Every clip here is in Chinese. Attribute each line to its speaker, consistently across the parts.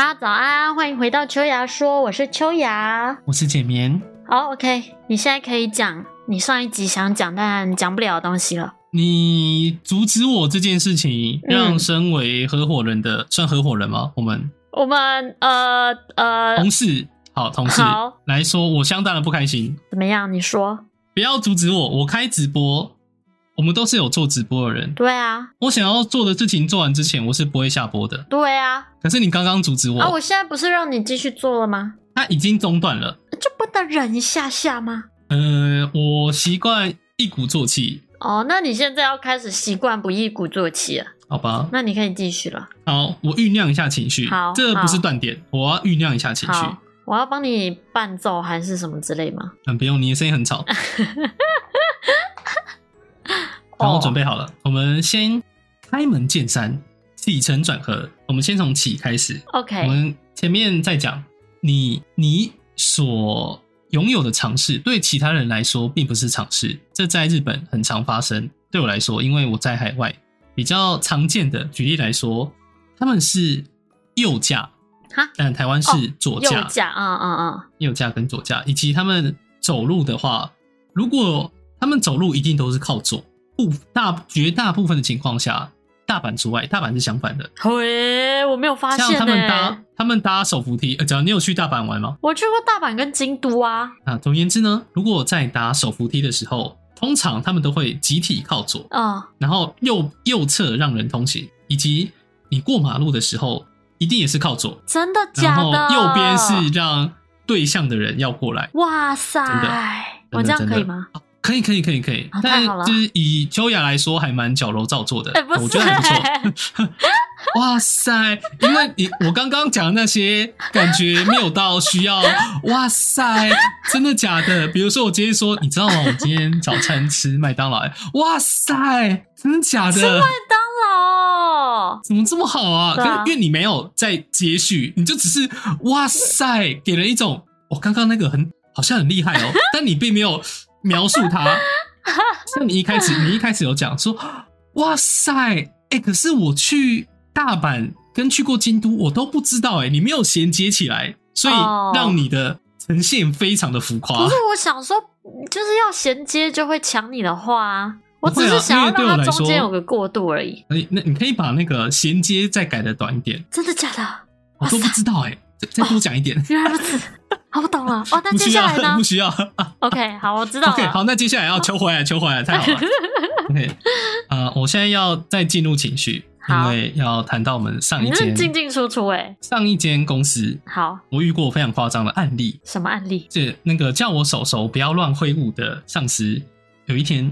Speaker 1: 家早安，欢迎回到秋芽说，我是秋芽。
Speaker 2: 我是简眠。
Speaker 1: 好、o k 你现在可以讲你上一集想讲但讲不了的东西了。
Speaker 2: 你阻止我这件事情，
Speaker 1: 嗯
Speaker 2: 让身为合伙人的、算合伙人吗？我们
Speaker 1: 我们呃呃，
Speaker 2: 同事、好同事
Speaker 1: 好
Speaker 2: 来说，我相当的不开心。
Speaker 1: 怎么样？你说？
Speaker 2: 不要阻止我，我开直播，我们都是有做直播的人。
Speaker 1: 对啊，
Speaker 2: 我想要做的事情做完之前，我是不会下播的。
Speaker 1: 对啊。
Speaker 2: 可是你刚刚阻止
Speaker 1: 啊，
Speaker 2: 我
Speaker 1: 我，现在不是让你继续做了吗？
Speaker 2: 它已经中断了。
Speaker 1: 就不能忍一下下吗？
Speaker 2: 呃，我习惯一鼓作气，
Speaker 1: 哦，那你现在要开始习惯不一鼓作气了，
Speaker 2: 好吧？
Speaker 1: 那你可以继续了。
Speaker 2: 好，我酝酿一下情绪
Speaker 1: 好，
Speaker 2: 这不是
Speaker 1: 好
Speaker 2: 断点，我要酝酿一下情绪。
Speaker 1: 好，我要帮你伴奏还是什么之类吗？
Speaker 2: 嗯，不用，你的声音很 吵。然后准
Speaker 1: 哦、
Speaker 2: 备好了，我们先开门见山，起承转合。我们先从起开始。我
Speaker 1: OK，
Speaker 2: 们前面在讲你你所拥有的尝试，对其他人来说并不是尝试，这在日本很常发生。对我来说，因为我在海外，比较常见的举例来说，他们是右驾，
Speaker 1: 哈，哦
Speaker 2: 但台湾是左
Speaker 1: 右
Speaker 2: 驾。
Speaker 1: 架，嗯嗯嗯，
Speaker 2: 右架跟左架，以及他们走路的话，如果他们走路一定都是靠左，不大绝大部分的情况下，大阪除外，大阪是相反的。
Speaker 1: 嘿，我没有发
Speaker 2: 像
Speaker 1: 现欸
Speaker 2: 他
Speaker 1: 呢、
Speaker 2: 们搭他们搭手扶梯，呃，只要你有去大阪玩吗？
Speaker 1: 我去过大阪跟京都啊，
Speaker 2: 啊，总而言之呢，如果在搭手扶梯的时候，通常他们都会集体靠左，
Speaker 1: 嗯，
Speaker 2: 然后右右侧让人通行，以及你过马路的时候，一定也是靠左，
Speaker 1: 真的
Speaker 2: 然
Speaker 1: 假
Speaker 2: 后
Speaker 1: 的？
Speaker 2: 右边是，让对向的人要过来。
Speaker 1: 哇塞
Speaker 2: 真的，
Speaker 1: 我
Speaker 2: 真的
Speaker 1: 这样可以
Speaker 2: 真的
Speaker 1: 吗？
Speaker 2: 可以，可以，可以，可以
Speaker 1: 啊。太
Speaker 2: 但
Speaker 1: 好了
Speaker 2: 就是以秋雅来说，还蛮矫揉造作的，
Speaker 1: 哎、不是、
Speaker 2: 我觉得还不错。 哇塞，因为你我刚刚讲的那些，感觉没有到需要。哇塞，真的假的？比如说我今天说，你知道吗？我今天早餐吃麦当劳、哎哇塞，真的假的？
Speaker 1: 当劳，
Speaker 2: 怎么这么好啊？
Speaker 1: 对
Speaker 2: 可
Speaker 1: 啊
Speaker 2: 是因为你没有在接续，你就只是哇塞，给人一种我刚刚那个很好像很厉害 哦，但你并没有描述它。像你一开始，你一开始有讲说哇塞，哎、可是我去大阪跟去过京都，我都不知道哎、你没有衔接起来，所以
Speaker 1: 哦
Speaker 2: 让你的呈现非常的浮夸
Speaker 1: 不是。我想说，就是要衔接就会抢你的话啊，我
Speaker 2: 不会
Speaker 1: 只
Speaker 2: 啊
Speaker 1: 是想要
Speaker 2: 因为对我
Speaker 1: 让它
Speaker 2: 来
Speaker 1: 中间
Speaker 2: 说
Speaker 1: 有个过渡而已。
Speaker 2: 哎，那你可以把那个衔接再改的短一点，
Speaker 1: 真的假的？
Speaker 2: 我都不知道哎、再再多讲一点。
Speaker 1: 原来如 此，好，我懂了。哦， 那
Speaker 2: 不
Speaker 1: 接
Speaker 2: 需
Speaker 1: 下
Speaker 2: 要
Speaker 1: 来，呢
Speaker 2: 不需要。
Speaker 1: ？OK，好，我知道了。
Speaker 2: OK，好，那接下来要求回 来，求回来，太好了。OK，呃，我现在要再进入情绪，因
Speaker 1: 好
Speaker 2: 为要谈到我们上一
Speaker 1: 你是进
Speaker 2: 间
Speaker 1: 进出出哎、
Speaker 2: 上一间公司，
Speaker 1: 好，
Speaker 2: 我遇过非常夸张的案例。
Speaker 1: 什么案例？
Speaker 2: 这那个叫我手手不要乱挥舞的上司，有一天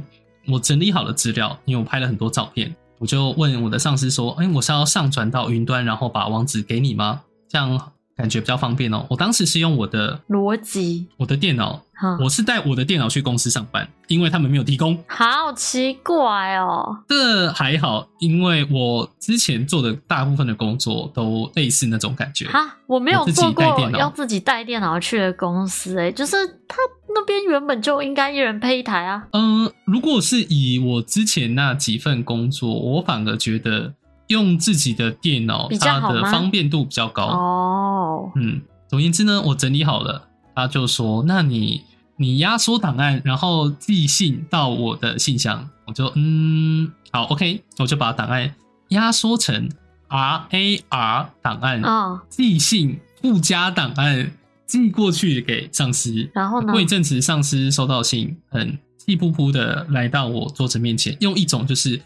Speaker 2: 我整理好了资料，因为我拍了很多照片，我就问我的上司说：“哎、我是要上传到云端，然后把网址给你吗？这样感觉比较方便哦。”我当时是用我的
Speaker 1: 逻辑，
Speaker 2: 我的电脑
Speaker 1: 哈、
Speaker 2: 我是带我的电脑去公司上班，因为他们没有提供。
Speaker 1: 好奇怪哦。
Speaker 2: 这还好，因为我之前做的大部分的工作都类似那种感觉。
Speaker 1: 哈，我没有
Speaker 2: 我自己
Speaker 1: 做过
Speaker 2: 带电脑
Speaker 1: 要自己带电脑去的公司、欸，就是他那边原本就应该一人配一台啊。
Speaker 2: 嗯，如果是以我之前那几份工作，我反而觉得用自己的电脑，
Speaker 1: 比较
Speaker 2: 它
Speaker 1: 好吗
Speaker 2: 的方便度比较高。
Speaker 1: 哦，
Speaker 2: 嗯，总而言之呢，我整理好了，他就说：“那你你压缩档案，然后寄信到我的信箱。”我就嗯，好，OK，我就把档案压缩成 RAR 档案，
Speaker 1: 嗯，
Speaker 2: 寄信附加档案寄过去给上司。
Speaker 1: 然后呢
Speaker 2: 过？一阵子，上司收到信，很气扑扑的来到我桌子面前，用一种就是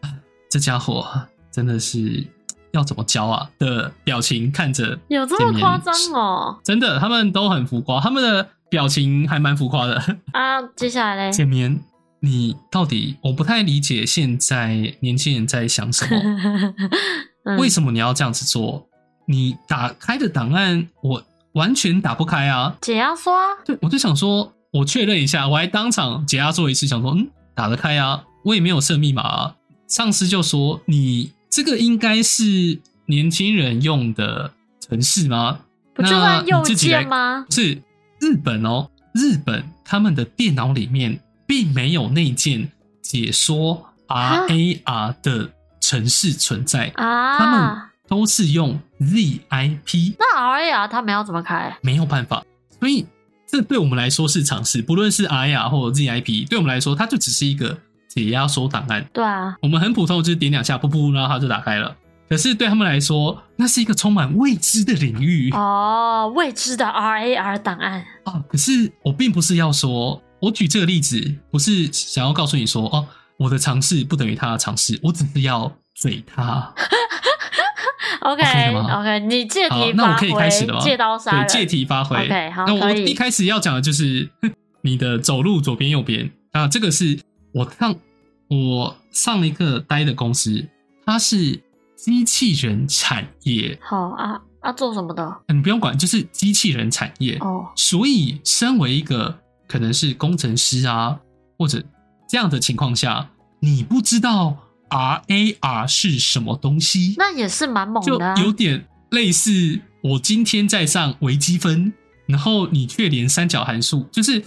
Speaker 2: 啊这家伙啊真的是要怎么教啊的表情看着
Speaker 1: 有这么夸张哦？
Speaker 2: 真的，他们都很浮夸，他们的表情还蛮浮夸的。
Speaker 1: 啊，接下 来嘞？
Speaker 2: 简眠，你到底我不太理解现在年轻人在想什么，
Speaker 1: 嗯
Speaker 2: 为什么你要这样子做？你打开的档案我完全打不开啊！
Speaker 1: 解压缩啊？
Speaker 2: 对，我就想说，我确认一下，我还当场解压做一次，想说，嗯，打得开啊，我也没有设密码啊。上司就说，你这个应该是年轻人用的程式吗？
Speaker 1: 不就
Speaker 2: 那
Speaker 1: 按
Speaker 2: 你
Speaker 1: 右
Speaker 2: 自己来
Speaker 1: 键吗？
Speaker 2: 是日本哦，日本他们的电脑里面并没有内建解说
Speaker 1: 啊
Speaker 2: RAR 的程式存在，他
Speaker 1: 啊
Speaker 2: 们，都是用 ZIP，
Speaker 1: 那 RAR 他们要怎么开？
Speaker 2: 没有办法，所以这对我们来说是尝试，不论是 RAR 或者 ZIP，对我们来说它就只是一个解压缩档案。
Speaker 1: 对啊，
Speaker 2: 我们很普通，就是点两下，噗噗，然后它就打开了。可是对他们来说，那是一个充满未知的领域啊、
Speaker 1: 哦，未知的 RAR 档案，
Speaker 2: 可是我并不是要说，我举这个例子不是想要告诉你说，哦，我的尝试不等于他的尝试，我只是要嘴他。
Speaker 1: OK
Speaker 2: OK 哦了吗
Speaker 1: OK，你借
Speaker 2: 好
Speaker 1: 题，
Speaker 2: 那
Speaker 1: 发
Speaker 2: 我可以开始了
Speaker 1: 挥，
Speaker 2: 吗？
Speaker 1: 借刀杀
Speaker 2: 对，
Speaker 1: 人，
Speaker 2: 借题发挥。
Speaker 1: OK，好
Speaker 2: 那我
Speaker 1: 可以
Speaker 2: 一开始要讲的就是 你的走路左边右边啊，这个是我上我上一个待的公司，它是机器人产业，
Speaker 1: 好啊啊，做什么的？
Speaker 2: 你不用管，就是机器人产业。
Speaker 1: 哦，
Speaker 2: 所以，身为一个可能是工程师啊，或者这样的情况下，你不知道 RAR 是什么东西，
Speaker 1: 那也是蛮猛
Speaker 2: 就
Speaker 1: 的啊、
Speaker 2: 有点类似我今天在上微积分，然后你却连三角函数，就是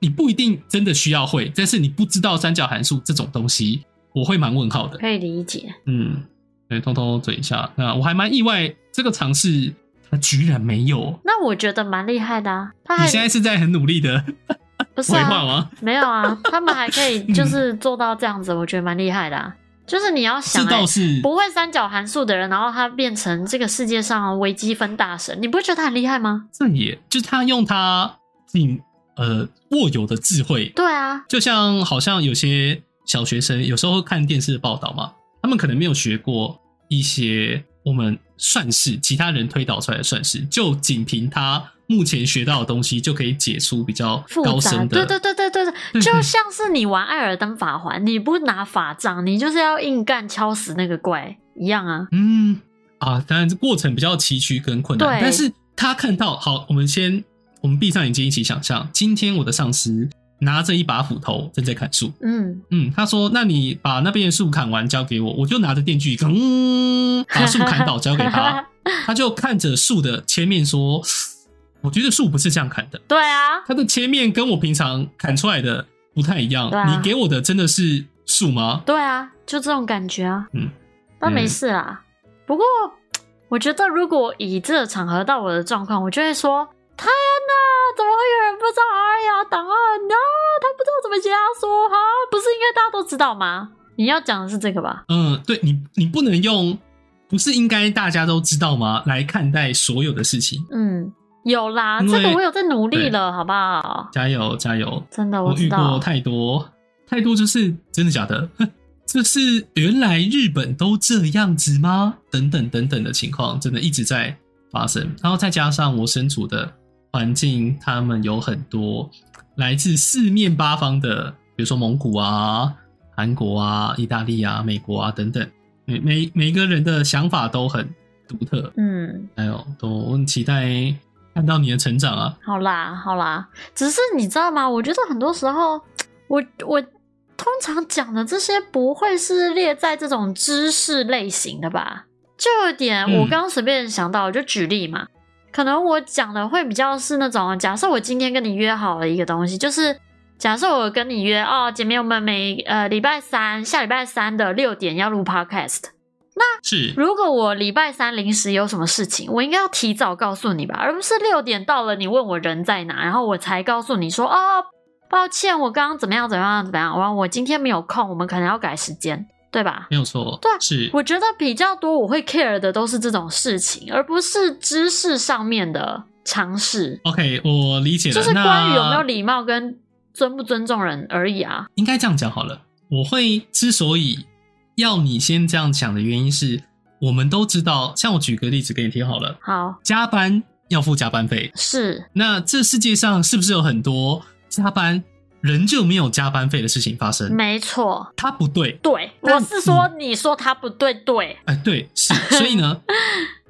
Speaker 2: 你不一定真的需要会，但是你不知道三角函数这种东西，我会蛮问号的。
Speaker 1: 可以理解。
Speaker 2: 嗯，对，偷偷嘴一下。那我还蛮意外，这个尝试它居然没有。
Speaker 1: 那我觉得蛮厉害的啊，他还
Speaker 2: 你现在是在很努力的
Speaker 1: 不是
Speaker 2: 回嗯话
Speaker 1: 啊，
Speaker 2: 吗？
Speaker 1: 没有啊，他们还 可以就是做到这样子，我觉得蛮厉害的啊。就是你要想、
Speaker 2: 这倒
Speaker 1: 欸，
Speaker 2: 是
Speaker 1: 不会三角函数的人，然后他变成这个世界上微积分大神，你不会觉得他很厉害吗？
Speaker 2: 这也就是他用他仅呃握有的智慧
Speaker 1: 对啊，
Speaker 2: 就像好像有些小学生有时候会看电视的报道嘛，他们可能没有学过一些我们算式，其他人推导出来的算式，就仅凭他目前学到的东西就可以解出比较
Speaker 1: 复
Speaker 2: 高
Speaker 1: 杂，
Speaker 2: 深的。
Speaker 1: 对
Speaker 2: 嗯
Speaker 1: 对对对对对，
Speaker 2: 对
Speaker 1: 就像是你玩艾尔登法环，你不拿法杖，你就是要硬干敲死那个怪一样啊。
Speaker 2: 嗯啊，当然这过程比较崎岖跟困难
Speaker 1: 对，
Speaker 2: 但是他看到好，我们先我们闭上眼睛一起想象，今天我的上司拿着一把斧头正在砍树，
Speaker 1: 嗯，。
Speaker 2: 嗯，他说：“那你把那边的树砍完交给我，我就拿着电锯，嗯，把树砍倒交给他。他就看着树的切面说：‘我觉得树不是这样砍的，
Speaker 1: 对啊，
Speaker 2: 它的切面跟我平常砍出来的不太一样。
Speaker 1: 对啊
Speaker 2: 你给我的真的是树吗
Speaker 1: 对啊，就这种感觉啊。
Speaker 2: 嗯，
Speaker 1: 但没事啦。不过我觉得，如果以这个场合到我的状况，我就会说：天哪，怎么会有人不知道 R 呀档案呢、他不知道怎么解压缩哈，不是应该大家都知道吗？你要讲的是这个吧？？’
Speaker 2: 嗯，对你，你不能用不是应该大家都知道吗来看待所有的事情。
Speaker 1: 嗯，有啦，
Speaker 2: 因
Speaker 1: 这
Speaker 2: 为
Speaker 1: 个我有在努力
Speaker 2: 对
Speaker 1: 了，好不好？
Speaker 2: 加油，加油！
Speaker 1: 真的，
Speaker 2: 我
Speaker 1: 哦知
Speaker 2: 遇过
Speaker 1: 道。
Speaker 2: 太多太多，就是真的假的？ 就是原来日本都这样子吗？等等等等的情况，真的一直在发生。然后再加上我身处的环境，他们有很多来自四面八方的，比如说蒙古啊、韩国啊、意大利啊、美国啊等等，每每每个人的想法都很独特。
Speaker 1: 嗯，
Speaker 2: 还有，都我很期待看到你的成长啊！
Speaker 1: 好啦，好啦，只是你知道吗？我觉得很多时候，我我通常讲的这些不会是列在这种知识类型的吧？就有点，
Speaker 2: 嗯
Speaker 1: 我刚刚随便想到，我就举例嘛。可能我讲的会比较是那种，假设我今天跟你约好了一个东西，就是假设我跟你约哦，姐妹，我们每呃礼拜三下礼拜三的六点要录 podcast，
Speaker 2: 是，
Speaker 1: 如果我礼拜三临时有什么事情，我应该要提早告诉你吧，而不是六点到了你问我人在哪，然后我才告诉你说哦，抱歉，我刚刚怎么样怎么样怎么样，然后我今天没有空，我们可能要改时间，对吧？
Speaker 2: 没有错，
Speaker 1: 对啊
Speaker 2: 是
Speaker 1: 我觉得比较多我会 care 的都是这种事情，而不是知识上面的尝试，
Speaker 2: OK，我理解了。
Speaker 1: 就是关于有没有
Speaker 2: 那
Speaker 1: 礼貌跟尊不尊重人而已啊。
Speaker 2: 应该这样讲好了。我会之所以要你先这样想的原因是，我们都知道，像我举个例子给你听好了，
Speaker 1: 好，
Speaker 2: 加班要付加班费。
Speaker 1: 是
Speaker 2: 那这世界上是不是有很多加班仍旧没有加班费的事情发生？
Speaker 1: 没错，
Speaker 2: 它不对，
Speaker 1: 对，
Speaker 2: 嗯但
Speaker 1: 我是说你说他不对，对，
Speaker 2: 哎，对，是。所 以呢，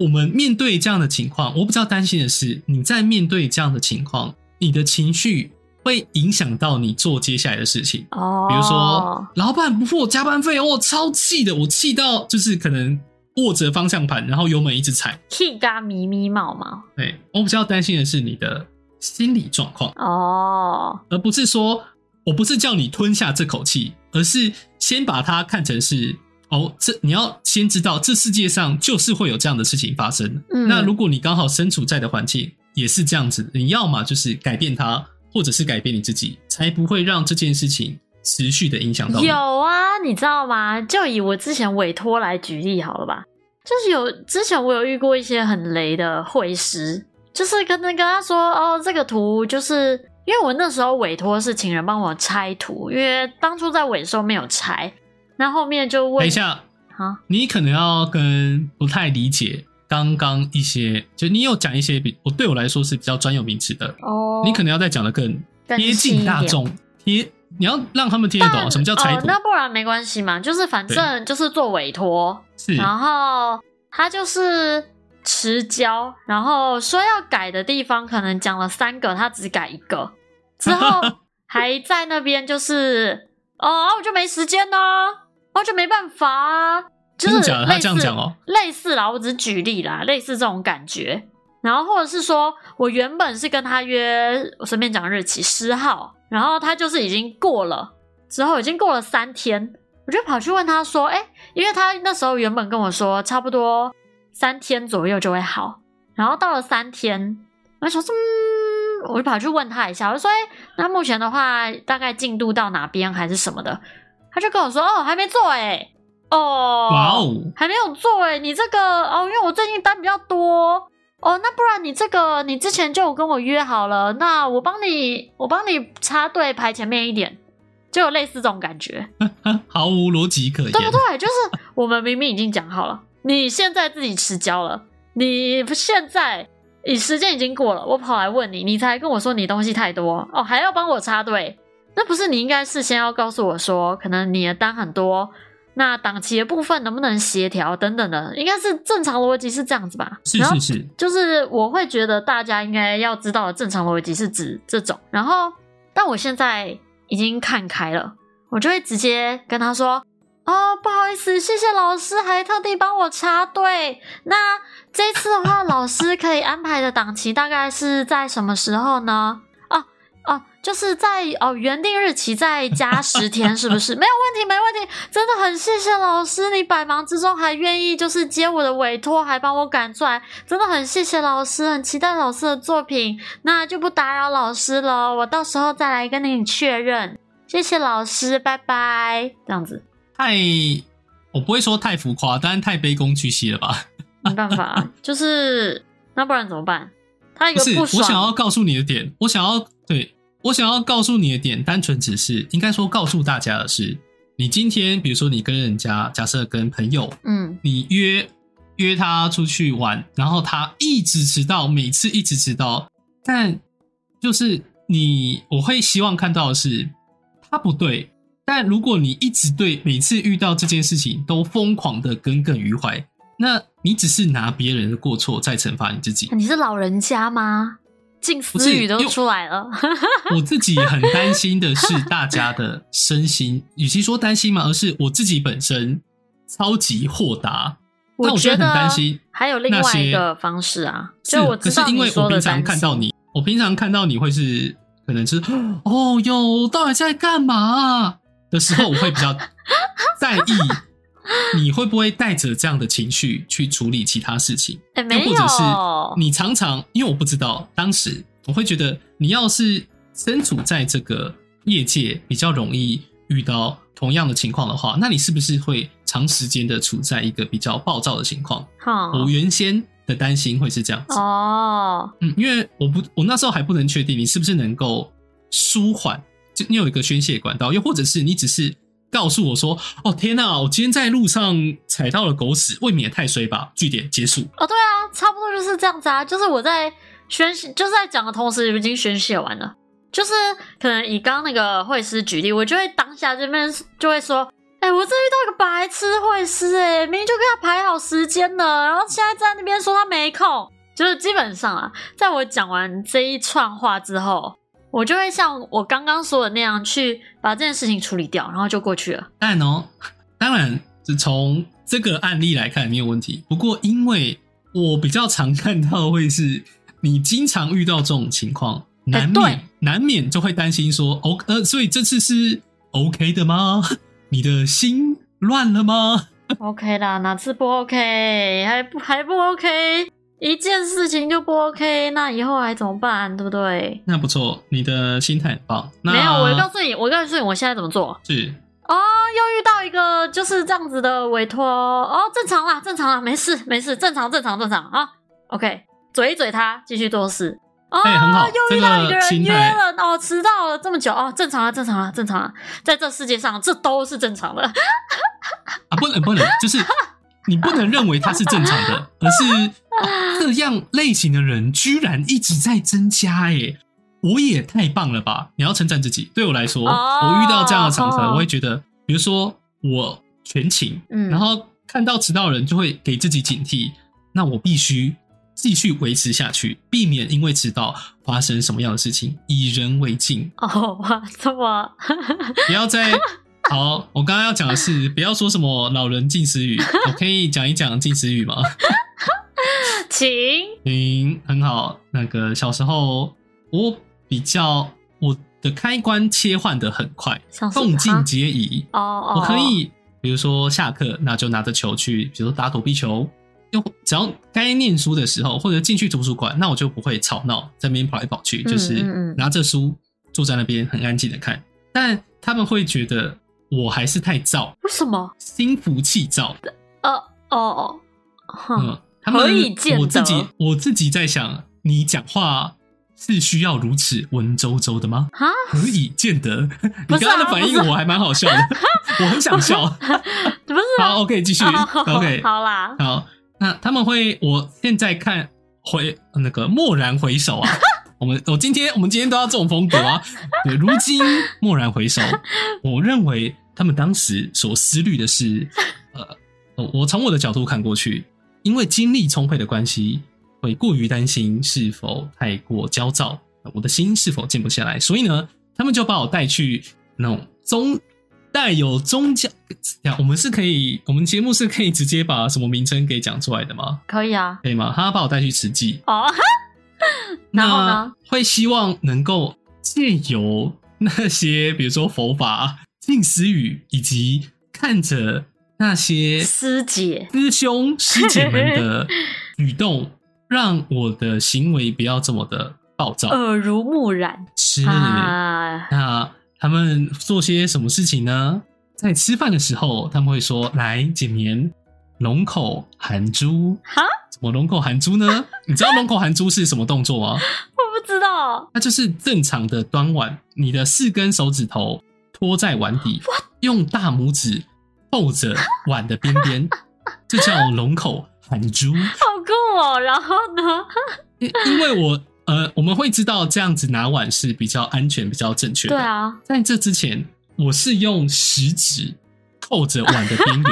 Speaker 2: 我们面对这样的情况，我比较担心的是，你在面对这样的情况，你的情绪会影响到你做接下来的事情。
Speaker 1: 哦，
Speaker 2: 比如说，老板不付我加班费，我超气的，我气到就是可能握着方向盘，然后油门一直踩。
Speaker 1: 气嘎咪咪毛毛
Speaker 2: 对我比较担心的是你的心理状况，
Speaker 1: 哦，
Speaker 2: 而不是说我不是叫你吞下这口气，而是先把它看成是哦，这你要先知道，这世界上就是会有这样的事情发生。
Speaker 1: 嗯
Speaker 2: 那如果你刚好身处在的环境也是这样子，你要么就是改变它，或者是改变你自己，才不会让这件事情持续的影响到你。
Speaker 1: 有啊，你知道吗？就以我之前委托来举例好了吧，就是有之前我有遇过一些很雷的会师，就是跟跟他说哦，这个图就是因为我那时候委托是请人帮我拆图，因为当初在尾收没有拆，那后面就问
Speaker 2: 等一下，
Speaker 1: 啊，
Speaker 2: 你可能要跟不太理解刚刚一些，就你有讲一些比我对我来说是比较专有名词的，
Speaker 1: 哦，
Speaker 2: 你可能要再讲的更
Speaker 1: 更
Speaker 2: 贴
Speaker 1: 细一
Speaker 2: 近大
Speaker 1: 点
Speaker 2: 众，贴你要让他们听得懂什么叫拆
Speaker 1: 哦，
Speaker 2: 图，
Speaker 1: 那不然没关系嘛，就是反正就是做委托，
Speaker 2: 是
Speaker 1: 然后他就是持交，然后说要改的地方，可能讲了三个，他只改一 个，之后还在那边就是哦，我就没时间呢、我就没办法啊，就
Speaker 2: 真
Speaker 1: 是
Speaker 2: 的假的？他
Speaker 1: 类
Speaker 2: 这样
Speaker 1: 似
Speaker 2: 讲哦，
Speaker 1: 类似啦，我只是举例啦，类似这种感觉。然后或者是说我原本是跟他约，我随便讲日期十号，然后他就是已经过了，之后已经过了三天，我就跑去问他说，哎，因为他那时候原本跟我说差不多三天左右就会好，然后到了三天，我就想说，嗯，我就跑去问他一下，我就说，哎，那目前的话大概进度到哪边还是什么的，他就跟我说，哦，还没做哎、哦，
Speaker 2: 哇哦，
Speaker 1: 还没有做哎、你这个哦，因为我最近单比较多哦，那不然你这个你之前就有跟我约好了，那我帮你我帮你插队排前面一点，就有类似这种感觉，
Speaker 2: 啊毫无逻辑可言
Speaker 1: 对。不对？就是我们明明已经讲好了， 你现在自己迟交了，你现在你时间已经过了，我跑来问你，你才跟我说你东西太多哦，还要帮我插队，那不是你应该事先要告诉我说，可能你的单很多。那档期的部分能不能协调等等的，应该是正常逻辑是这样子吧？
Speaker 2: 是
Speaker 1: 然后
Speaker 2: 是是，
Speaker 1: 就是我会觉得大家应该要知道的正常逻辑是指这种，然后但我现在已经看开了，我就会直接跟他说。哦，不好意思，谢谢老师，还特地帮我插队。那这次的话，老师可以安排的档期大概是在什么时候呢？哦哦，就是在哦原定日期再加十天，是不是？没有问题，没问题，真的很谢谢老师，你百忙之中还愿意就是接我的委托，还帮我赶出来，真的很谢谢老师，很期待老师的作品。那就不打扰老师了，我到时候再来跟你确认。谢谢老师，拜拜。这样子
Speaker 2: 太我不会说太浮夸，但是太卑躬屈膝了吧？
Speaker 1: 没办 法，就是那不然怎么办？他一
Speaker 2: 不
Speaker 1: 个
Speaker 2: 是，
Speaker 1: 不
Speaker 2: 我想
Speaker 1: 爽，
Speaker 2: 要告诉你的点，我想要对我想要告诉你的点，单纯只是应该说告诉大家的是，你今天比如说你跟人家，假设跟朋友，
Speaker 1: 嗯，
Speaker 2: 你约约他出去玩，然后他一直迟到，每次一直迟到，但就是你我会希望看到的是他不对。但如果你一直对每次遇到这件事情都疯狂的耿耿于怀，那你只是拿别人的过错在惩罚你自己。
Speaker 1: 你是老人家吗？近
Speaker 2: 不
Speaker 1: 思
Speaker 2: 是
Speaker 1: 语都
Speaker 2: 因为
Speaker 1: 出来了，
Speaker 2: 我自己很担心的是大家的身心，与其说担心嘛，而是我自己本身超级豁达。那我
Speaker 1: 觉
Speaker 2: 觉得很担心，
Speaker 1: 还有另
Speaker 2: 那
Speaker 1: 外一
Speaker 2: 些
Speaker 1: 个方式啊，
Speaker 2: 是
Speaker 1: 就我
Speaker 2: 可
Speaker 1: 知
Speaker 2: 是
Speaker 1: 道
Speaker 2: 因
Speaker 1: 你
Speaker 2: 为
Speaker 1: 说
Speaker 2: 我
Speaker 1: 的
Speaker 2: 平常
Speaker 1: 担
Speaker 2: 看到
Speaker 1: 心，
Speaker 2: 你，我平常看到你会是可能是哦哟，到底在干嘛啊的时候，我会比较在意你会不会带着这样的情绪去处理其他事情。
Speaker 1: 哎，
Speaker 2: 又
Speaker 1: 没
Speaker 2: 或者是
Speaker 1: 有，
Speaker 2: 你常常，因为我不知道，当时我会觉得，你要是身处在这个业界，比较容易遇到同样的情况的话，那你是不是会长时间的处在一个比较暴躁的情况？
Speaker 1: 哈
Speaker 2: 我原先的担心会是这样子，
Speaker 1: 哦，
Speaker 2: 嗯，因为我不，我那时候还不能确定你是不是能够舒缓，就你有一个宣泄管道，又或者是你只是告诉我说，哦天哪、我今天在路上踩到了狗屎，未免也太衰吧。据点结束，
Speaker 1: 哦，对啊，差不多就是这样子啊。就是我在宣泄，就是在讲的同时已经宣泄完了。就是可能以刚刚那个会师举例，我就会当下这边就会说，哎、我真遇到一个白痴会师、哎，明明就跟他排好时间了，然后现在在那边说他没空。就是基本上啊，在我讲完这一串话之后，我就会像我刚刚说的那样去把这件事情处理掉，然后就过去了。
Speaker 2: 但哦，当然，只从这个案例来看没有问题。不过，因为我比较常看到会是你经常遇到这种情况，难免、
Speaker 1: 哎对
Speaker 2: 难免就会担心说，O 呃，所以这次是 OK 的吗？你的心乱了吗？
Speaker 1: OK 啦，哪次不 OK？还不还不 OK？一件事情就不 OK，那以后还怎么办？对不对？
Speaker 2: 那不错，你的心态很棒。那
Speaker 1: 没有，我告诉你，我告诉你，我现在怎么做
Speaker 2: 是
Speaker 1: 哦，又遇到一个就是这样子的委托哦，正常啦，正常啦，没事没事，正常正常正常啊。OK，嘴一嘴他，继续做事。哦，
Speaker 2: 哎很好
Speaker 1: 又遇到一
Speaker 2: 这个
Speaker 1: 人
Speaker 2: 心
Speaker 1: 约
Speaker 2: 态
Speaker 1: 了，哦，迟到了这么久，哦，正常啊，正常啊，正常啊，在这世界上，这都是正常的。
Speaker 2: 啊，不能不能，就是你不能认为它是正常 的，而是、哦、这样类型的人居然一直在增加耶。我也太棒了吧！你要称赞自己。对我来说，
Speaker 1: 哦
Speaker 2: 我遇到这样的场合，
Speaker 1: 哦
Speaker 2: 我会觉得，比如说我全勤，
Speaker 1: 嗯，
Speaker 2: 然后看到迟到的人就会给自己警惕，那我必须继续维持下去，避免因为迟到发生什么样的事情，以人为镜，
Speaker 1: 哦，哇，这么。
Speaker 2: 不要 再。好，我刚刚要讲的是，不要说什么老人近似 语，我可以讲一讲近似语吗？
Speaker 1: 请
Speaker 2: 嗯，很好。那个小时候，我比较我的开关切换的很快，
Speaker 1: 像是
Speaker 2: 动静
Speaker 1: 啊
Speaker 2: 皆宜。
Speaker 1: 哦哦，
Speaker 2: 我可以，比如说下课，那就拿着球去，比如说打躲避球。就只要该念书的时候，或者进去图书馆，那我就不会吵闹，在那边跑来跑去，
Speaker 1: 嗯
Speaker 2: 就是
Speaker 1: 嗯嗯
Speaker 2: 拿着书坐在那边很安静的看。但他们会觉得我还是太躁，
Speaker 1: 为什么？
Speaker 2: 心浮气躁。
Speaker 1: 呃哦哦，哼，
Speaker 2: 嗯，他们
Speaker 1: 何以见得
Speaker 2: 我自己我自己在想，你讲话是需要如此文绉绉 的吗？
Speaker 1: 啊，
Speaker 2: 何以见得？
Speaker 1: 不
Speaker 2: 你
Speaker 1: 是
Speaker 2: 刚
Speaker 1: 啊
Speaker 2: 刚的反应
Speaker 1: 不是
Speaker 2: 我还蛮好笑的，我很 想笑。
Speaker 1: 不是啊
Speaker 2: 好，OK，继续
Speaker 1: 哦
Speaker 2: ，OK，
Speaker 1: 好啦，
Speaker 2: 好，那他们会，我现在看回呃那个蓦然回首啊，我们我今天我们今天都要这种风格啊，对，如今蓦然回首，我认为他们当时所思虑的是，呃，我我从我的角度看过去，因为精力充沛的关系，会过于担心是否太过焦躁，我的心是否静不下来，所以呢，他们就把我带去那种宗带有宗教。呀，我们是可以，我们节目是可以直接把什么名称给讲出来的吗？
Speaker 1: 可以啊。
Speaker 2: 可以吗？他把我带去慈济，
Speaker 1: 哦，然后呢？
Speaker 2: 会希望能够借由那些，比如说佛法、近思语，以及看着那些
Speaker 1: 师姐，
Speaker 2: 师兄师姐们的举动，让我的行为不要这么的暴躁。
Speaker 1: 耳濡目染
Speaker 2: 是，
Speaker 1: 啊，
Speaker 2: 那他们做些什么事情呢？在吃饭的时候，他们会说：“来，简棉，龙口含珠。”
Speaker 1: 哈，
Speaker 2: 怎么龙口含珠呢？ 你知道龙口含珠是什么动作吗？
Speaker 1: 我 不知道，
Speaker 2: 它就是正常的端碗，你的四根手指头托在碗 底，用大拇指扣着碗的边边， 这叫龙口含 珠。
Speaker 1: 好酷哦。然后呢？
Speaker 2: 因因为我呃，我们会知道这样子拿碗是比较安全、比较正确的。
Speaker 1: 对啊，
Speaker 2: 在这之前，我是用食指扣着碗的边缘，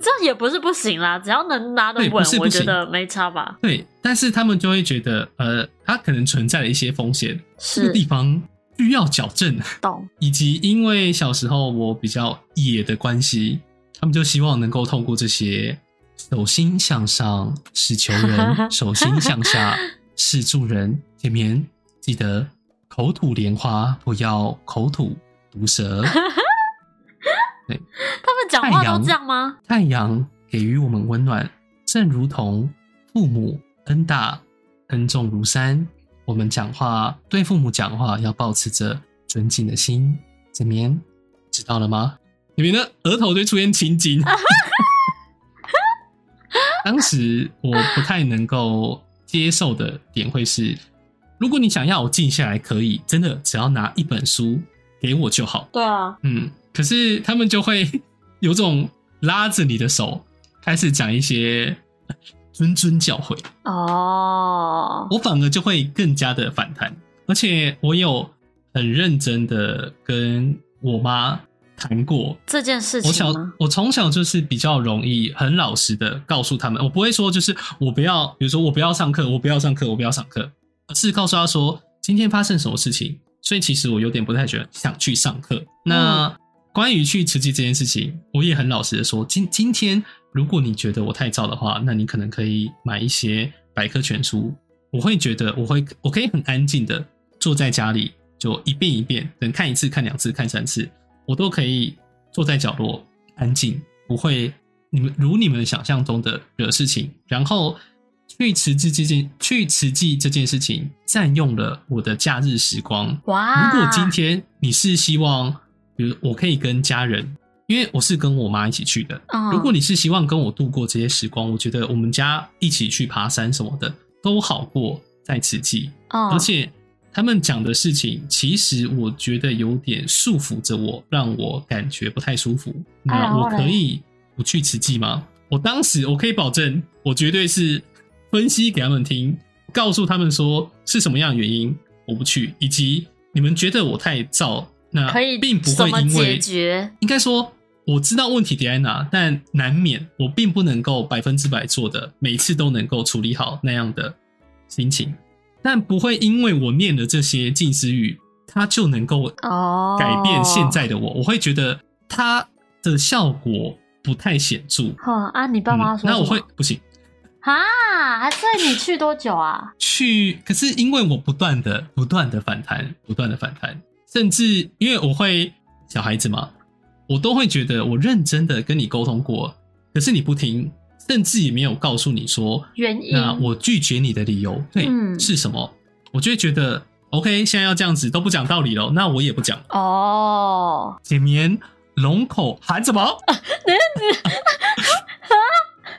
Speaker 1: 这样也不是不行啦，只要能拿得
Speaker 2: 对不
Speaker 1: 稳
Speaker 2: 是，不
Speaker 1: 我觉
Speaker 2: 行
Speaker 1: 得没差吧。
Speaker 2: 对，但是他们就会觉得，呃，它可能存在了一些风险，这
Speaker 1: 是
Speaker 2: 个地方需要矫正，
Speaker 1: 懂
Speaker 2: 以及因为小时候我比较野的关系，他们就希望能够透过这些手心向上是求人，手心向下是助人。前面记得口吐莲花，不要口吐毒舌。
Speaker 1: 他们讲话都
Speaker 2: 太阳
Speaker 1: 这样吗？
Speaker 2: 太阳给予我们温暖，正如同父母恩大恩重如山。我们讲话对父母讲话要保持着尊敬的心。怎么样？知道了吗？你们的额头就会出现青筋。当时我不太能够接受的点会是，如果你想要我静下来，可以真的只要拿一本书给我就好。
Speaker 1: 对啊，
Speaker 2: 嗯，可是他们就会 有种拉着你的手，开始讲一些谆谆教诲，
Speaker 1: 哦，
Speaker 2: 我反而就会更加的反弹。而且我有很认真的跟我妈谈过，
Speaker 1: 这件事
Speaker 2: 我
Speaker 1: 情
Speaker 2: 小
Speaker 1: 吗？
Speaker 2: 我从小就是比较容易很老实的告诉他们，我不会说就是我不要，比如说我不要上课，我不要上课，我不要上课，而是告诉他说今天发生什么事情。所以其实我有点不太觉得想去上
Speaker 1: 嗯
Speaker 2: 课。那关于去慈济这件事情，我也很老实的说，今今天如果你觉得我太燥的话，那你可能可以买一些百科全书。我会觉得我会我可以很安静的坐在家里，就一遍一遍，能看一次、看两次、看三次，我都可以坐在角落安静不会你们如你们想象中的惹事情，然后去慈济这件去慈济这件事情占用了我的假日时光。
Speaker 1: 哇！
Speaker 2: 如果今天你是希望，比如我可以跟家人，因为我是跟我妈一起去的。
Speaker 1: 嗯
Speaker 2: 如果你是希望跟我度过这些时光，我觉得我们家一起去爬山什么的都好过在慈济。
Speaker 1: 嗯
Speaker 2: 而且他们讲的事情，其实我觉得有点束缚着我，让我感觉不太舒服。
Speaker 1: 啊然
Speaker 2: 那
Speaker 1: 后
Speaker 2: 我可
Speaker 1: 嘞
Speaker 2: 以不去慈济吗？我当时我可以保证，我绝对是分析给他们听，告诉他们说是什么样的原因我不去，以及你们觉得我太燥，那
Speaker 1: 可以
Speaker 2: 啊并不
Speaker 1: 怎
Speaker 2: 会
Speaker 1: 么
Speaker 2: 因
Speaker 1: 解
Speaker 2: 为
Speaker 1: 决？
Speaker 2: 应该说。我知道问题点在哪，但难免我并不能够百分之百做的每次都能够处理好那样的心情，但不会因为我念了这些近似语，它就能够
Speaker 1: 哦，
Speaker 2: 改变现。在的我。我会觉得它的效果不太显著。
Speaker 1: 哼啊，你爸妈
Speaker 2: 嗯
Speaker 1: 说、
Speaker 2: 那我会不行
Speaker 1: 啊，还是你去多久啊？
Speaker 2: 去，可是因为我不断的、不断的反弹，不断的反弹，甚至因为我会小孩子嘛，我都会觉得我认真的跟你沟通过，可是你不听，甚至也没有告诉你说
Speaker 1: 原因？
Speaker 2: 那我拒绝你的理由，对，
Speaker 1: 嗯
Speaker 2: 是什么？我就会觉得，OK，现在要这样子都不讲道理了，那我也不讲。
Speaker 1: 哦，
Speaker 2: 简棉龙口含什么？
Speaker 1: 等一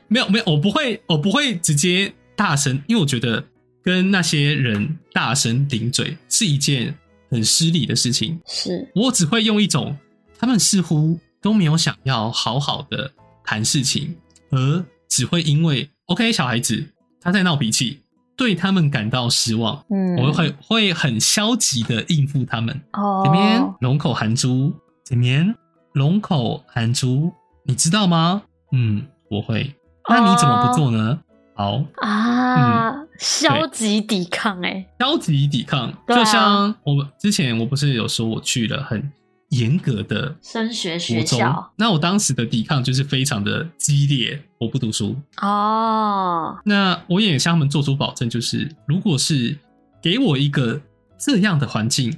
Speaker 2: 没有没有，我不会，我不会直接大声，因为我觉得跟那些人大声顶嘴是一件很失礼的事情。
Speaker 1: 是
Speaker 2: 我只会用一种他们似乎都没有想要好好的谈事情，而只会因为 OK 小孩子他在闹脾气，对他们感到失望，
Speaker 1: 嗯，
Speaker 2: 我会会很消极的应付他们。
Speaker 1: 哦，
Speaker 2: 这边龙口含珠，这边龙口含珠，你知道吗？嗯，我会。那你怎么不做呢？好，
Speaker 1: 啊，
Speaker 2: 嗯
Speaker 1: 消极抵抗哎、
Speaker 2: 消极抵抗，
Speaker 1: 对啊
Speaker 2: 就像我们之前我不是有说我去了很严格的
Speaker 1: 升学
Speaker 2: 国
Speaker 1: 学
Speaker 2: 中
Speaker 1: 校，
Speaker 2: 那我当时的抵抗就是非常的激烈，我不读书。
Speaker 1: 哦，
Speaker 2: 那我也向他们做出保证，就是如果是给我一个这样的环境，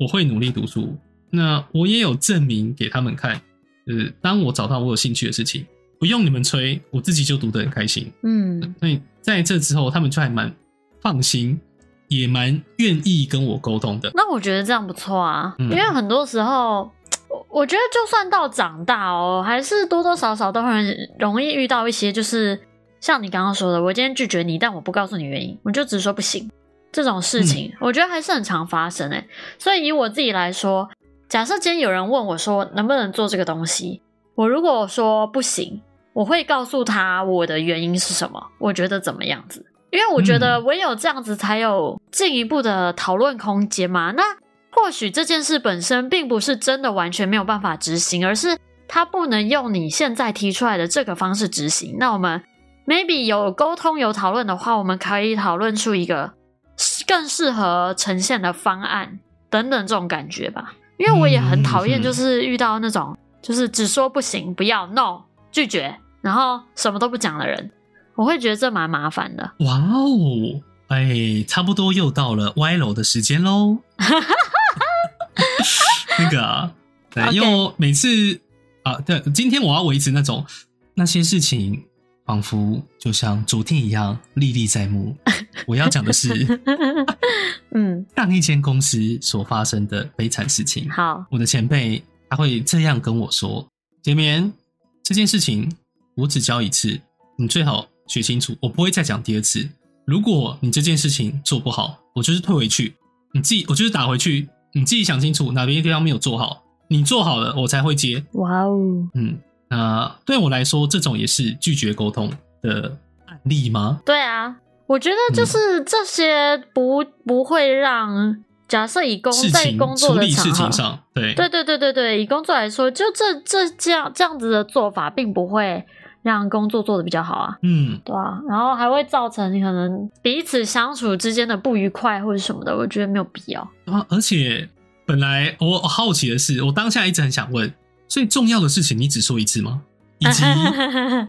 Speaker 2: 我会努力读书。那我也有证明给他们看，呃，当我找到我有兴趣的事情，不用你们催，我自己就读得很开心。
Speaker 1: 嗯，
Speaker 2: 所以在这之后，他们就还蛮放心，也蛮愿意跟我沟通的。
Speaker 1: 那我觉得这样不错啊，
Speaker 2: 嗯
Speaker 1: 因为很多时候。我我觉得，就算到长大哦，还是多多少少都很容易遇到一些，就是像你刚刚说的，我今天拒绝你，但我不告诉你原因，我就只说不行这种
Speaker 2: 嗯
Speaker 1: 事情，我觉得还是很常发生诶、欸所以以我自己来说，假设今天有人问我说能不能做这个东西，我如果说不行，我会告诉他我的原因是什么，我觉得怎么样子。因为我觉得唯有这样子才有进一步的讨论空间嘛。那或许这件事本身并不是真的完全没有办法执行，而是它不能用你现在提出来的这个方式执行。那我们 maybe 有沟通有讨论的话，我们可以讨论出一个更适合呈现的方案等等这种感觉吧。因为我也很讨厌，
Speaker 2: 嗯嗯
Speaker 1: 就是遇到那种就是只说不行、不要、no 拒绝，然后什么都不讲的人，我会觉得这蛮麻烦的。
Speaker 2: 哇哦，哎，差不多又到了歪楼的时间喽。那个啊，对
Speaker 1: OK
Speaker 2: 因为我每次啊，对，今天我要维持那种那些事情，仿佛就像昨天一样历历在目。我要讲的是
Speaker 1: 嗯，
Speaker 2: 上一间公司所发生的悲惨事情。
Speaker 1: 好，
Speaker 2: 我的前辈他会这样跟我说：“杰棉，这件事情我只教一次，你最好学清楚，我不会再讲第二次。如果你这件事情做不好，我就是退回去，你自己我就是打回去，你自己想清楚哪边地方没有做好，你做好了我才会接。
Speaker 1: 哇哦，
Speaker 2: 嗯，那对我来说，这种也是拒绝沟通的案例吗？
Speaker 1: 对啊，我觉
Speaker 2: 嗯
Speaker 1: 得就是这些不、不会让假设以工
Speaker 2: 事
Speaker 1: 在
Speaker 2: 情
Speaker 1: 工作
Speaker 2: 处
Speaker 1: 的
Speaker 2: 理
Speaker 1: 场
Speaker 2: 事情
Speaker 1: 合，
Speaker 2: 上，对
Speaker 1: 对对对对对，以工作来说，就这这这样这样子的做法，并不会让工作做的比较好啊。
Speaker 2: 嗯，
Speaker 1: 对啊，然后还会造成可能彼此相处之间的不愉快或者什么的，我觉得没有必要。
Speaker 2: 啊，而且本来我好奇的是，我当下一直很想问，最重要的事情你只说一次吗？以及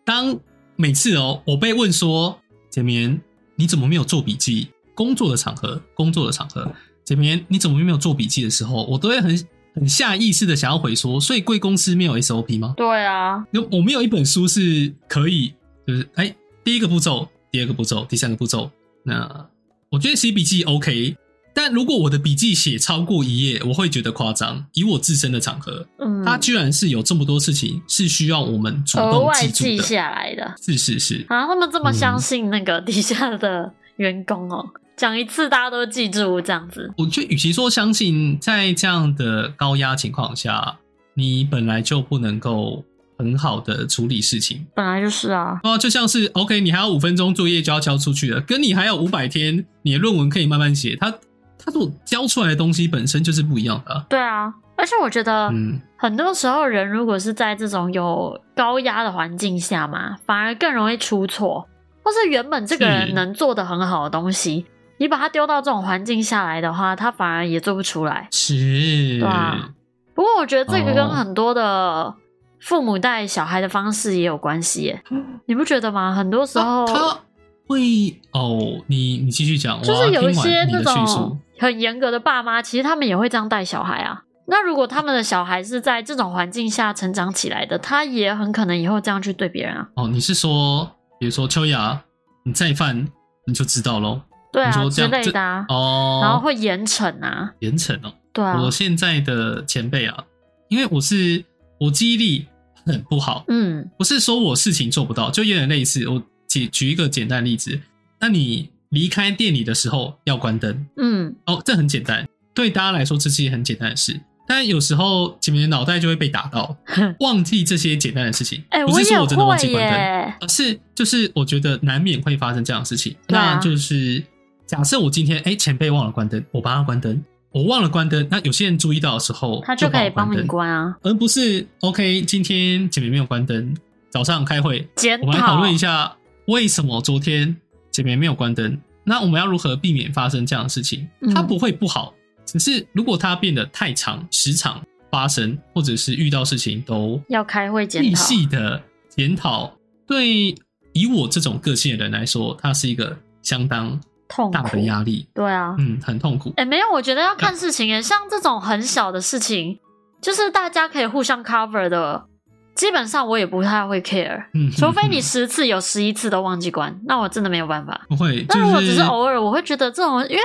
Speaker 2: 当每次哦，我被问说，简明你怎么没有做笔记？工作的场合，工作的场合，简明你怎么没有做笔记的时候，我都会很很下意识的想要回缩，所以贵公司没有 SOP 吗？
Speaker 1: 对啊，
Speaker 2: 那我们有一本书是可以，就是哎，第一个步骤，第二个步骤，第三个步骤。那我觉得写笔记 OK，但如果我的笔记写超过一页，我会觉得夸张。以我自身的场合，
Speaker 1: 嗯，
Speaker 2: 它居然是有这么多事情是需要我们主
Speaker 1: 额
Speaker 2: 动
Speaker 1: 外
Speaker 2: 记
Speaker 1: 记
Speaker 2: 住的。
Speaker 1: 下来的
Speaker 2: 是是是，
Speaker 1: 啊，他们这么
Speaker 2: 嗯
Speaker 1: 相信那个底下的员工哦，讲一次大家都记住这样子，
Speaker 2: 我觉得与其说相信，在这样的高压情况下，你本来就不能够很好的处理事情。
Speaker 1: 本来就是啊，
Speaker 2: 哦，就像是 OK，你还有五分钟作业就要交出去了，跟你还有五百天，你的论文可以慢慢写，它它所交出来的东西本身就是不一样的啊、
Speaker 1: 对啊，而且我觉得
Speaker 2: 嗯，
Speaker 1: 很多时候人如果是在这种有高压的环境下嘛，反而更容易出错，或是原本这个
Speaker 2: 是
Speaker 1: 人能做的很好的东西，你把他丢到这种环境下来的话，他反而也做不出来。
Speaker 2: 是
Speaker 1: 对啊不过我觉得这个跟
Speaker 2: 哦
Speaker 1: 很多的父母带小孩的方式也有关系耶，你不觉得吗？很多时候
Speaker 2: 它它会哦，你你继续讲，
Speaker 1: 就
Speaker 2: 我要
Speaker 1: 是有一
Speaker 2: 听完
Speaker 1: 些
Speaker 2: 你
Speaker 1: 那
Speaker 2: 的叙述
Speaker 1: 种。很严格的爸妈，其实他们也会这样带小孩啊。那如果他们的小孩是在这种环境下成长起来的，他也很可能以后这样去对别人啊。
Speaker 2: 哦，你是说，比如说秋雅，你再犯你就知道喽。
Speaker 1: 对啊
Speaker 2: 你说这
Speaker 1: 之
Speaker 2: 样
Speaker 1: 类的啊，
Speaker 2: 哦，
Speaker 1: 然后会严惩啊，
Speaker 2: 严惩哦。
Speaker 1: 对啊，
Speaker 2: 我现在的前辈啊，因为我是我记忆力很不好，
Speaker 1: 嗯
Speaker 2: 不是说我事情做不到，就有点类似。我举举一个简单例子，那你离开店里的时候要关灯
Speaker 1: 嗯，
Speaker 2: 哦，这很简单，对大家来说这是一件很简单的事。但有时候你们的脑袋就会被打 到，忘记这些简单的事情。
Speaker 1: 哎、
Speaker 2: 不是
Speaker 1: 也
Speaker 2: 说我真的忘
Speaker 1: 会
Speaker 2: 记关灯，
Speaker 1: 耶，
Speaker 2: 而是就是我觉得难免会发生这样的事情。
Speaker 1: 对啊
Speaker 2: 那就是假设我今天哎、前辈忘了关灯，我帮他关灯，我忘了关灯，那有些人注意到的时候，
Speaker 1: 他
Speaker 2: 就
Speaker 1: 就可以
Speaker 2: 帮
Speaker 1: 帮
Speaker 2: 我
Speaker 1: 你
Speaker 2: 灯，
Speaker 1: 关啊，
Speaker 2: 而不是 OK 今天姐妹没有关灯，早上开会
Speaker 1: 检
Speaker 2: 我们来讨
Speaker 1: 讨
Speaker 2: 论一下为什么昨天姐妹没有关灯。那我们要如何避免发生这样的事情
Speaker 1: 嗯？
Speaker 2: 它不会不好，只是如果它变得太长、时常发生，或者是遇到事情都
Speaker 1: 要开会检
Speaker 2: 细
Speaker 1: 讨，
Speaker 2: 细的检讨，对以我这种个性的人来说，它是一个相当
Speaker 1: 痛
Speaker 2: 大
Speaker 1: 苦
Speaker 2: 的，压力，
Speaker 1: 对啊，
Speaker 2: 嗯，很痛苦。
Speaker 1: 哎、没有，我觉得要看事情耶，像这种很小的事情，就是大家可以互相 cover 的，基本上我也不太会 care，
Speaker 2: 嗯，
Speaker 1: 除非 你
Speaker 2: 嗯
Speaker 1: 十次有十一次都忘记关，那我真的没有办法。
Speaker 2: 不会，
Speaker 1: 那如果只
Speaker 2: 就是
Speaker 1: 偶尔，我会觉得这种，因为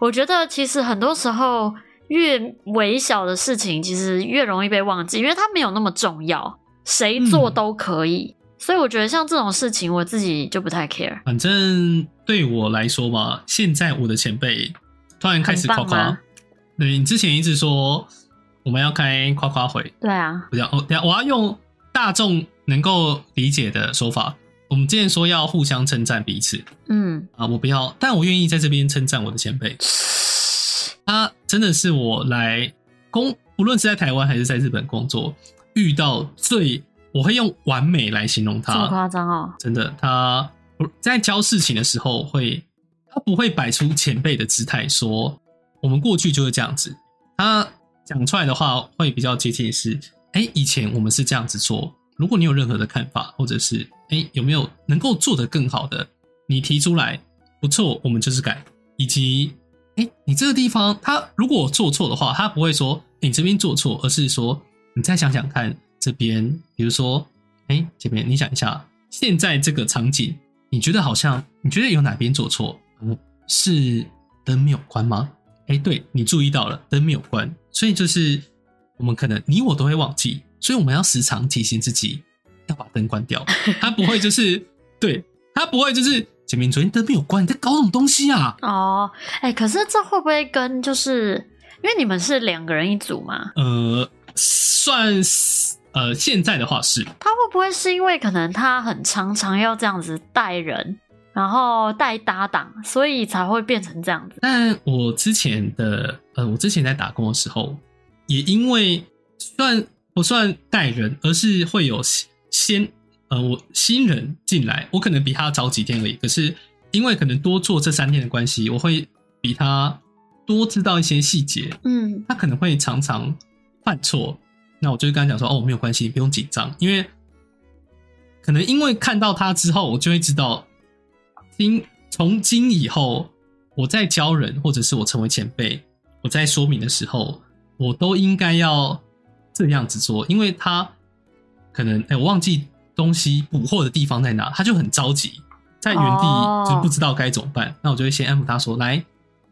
Speaker 1: 我觉得其实很多时候越微小的事情，其实越容易被忘记，因为它没有那么重要，谁做
Speaker 2: 嗯
Speaker 1: 都可以。所以我觉得像这种事情，我自己就不太 care。
Speaker 2: 反正对我来说嘛，现在我的前辈突然开始夸
Speaker 1: 很棒
Speaker 2: 夸
Speaker 1: 吗，
Speaker 2: 对你之前一直说我们要开夸夸会，
Speaker 1: 对啊，
Speaker 2: 不要哦，等一下我要用大众能够理解的说法。我们之前说要互相称赞彼此
Speaker 1: 嗯，
Speaker 2: 啊，我不要，但我愿意在这边称赞我的前辈，他真的是我来工，不论是在台湾还是在日本工作，遇到最我会用完美来形容
Speaker 1: 这
Speaker 2: 他，
Speaker 1: 么夸张哦，
Speaker 2: 真的，他不在教事情的时候会，他不会摆出前辈的姿态说我们过去就是这样子。他讲出来的话会比较接近是，哎、以前我们是这样子做。如果你有任何的看法，或者是哎、有没有能够做得更好的，你提出来，不错，我们就是改。以及，哎、你这个地方，他如果做错的话，他不会说、哎诶你这边做错，而是说你再想想看这边，比如说哎、姐妹，你想一下，现在这个场景，你觉得好像你觉得有哪边做错？嗯，是灯没有关吗？哎、对你注意到了，灯没有关，所以就是我们可能你我都会忘记，所以我们要时常提醒自己要把灯关掉。它不会就是对，它不会就是姐妹，你昨天灯没有关，你在搞什么东西啊？
Speaker 1: 哦，哎、可是这会不会跟就是因为你们是两个人一组嘛？
Speaker 2: 呃，算是呃，现在的话是
Speaker 1: 他会不会是因为可能他很常常要这样子带人，然后带搭档，所以才会变成这样子？
Speaker 2: 但我之前的呃，我之前在打工的时候，也因为算不算带人，而是会有新先呃，我新人进来，我可能比他早几天而已。可是因为可能多做这三天的关系，我会比他多知道一些细节，
Speaker 1: 嗯，
Speaker 2: 他可能会常常犯错。那我就会跟他讲说，哦，没有关系，不用紧张，因为可能因为看到他之后，我就会知道，今从今以后，我在教人或者是我成为前辈，我在说明的时候，我都应该要这样子做，因为他可能哎、我忘记东西补货的地方在哪，他就很着急，在原
Speaker 1: 哦
Speaker 2: 地就不知道该怎么办。那我就会先安抚他说：“来，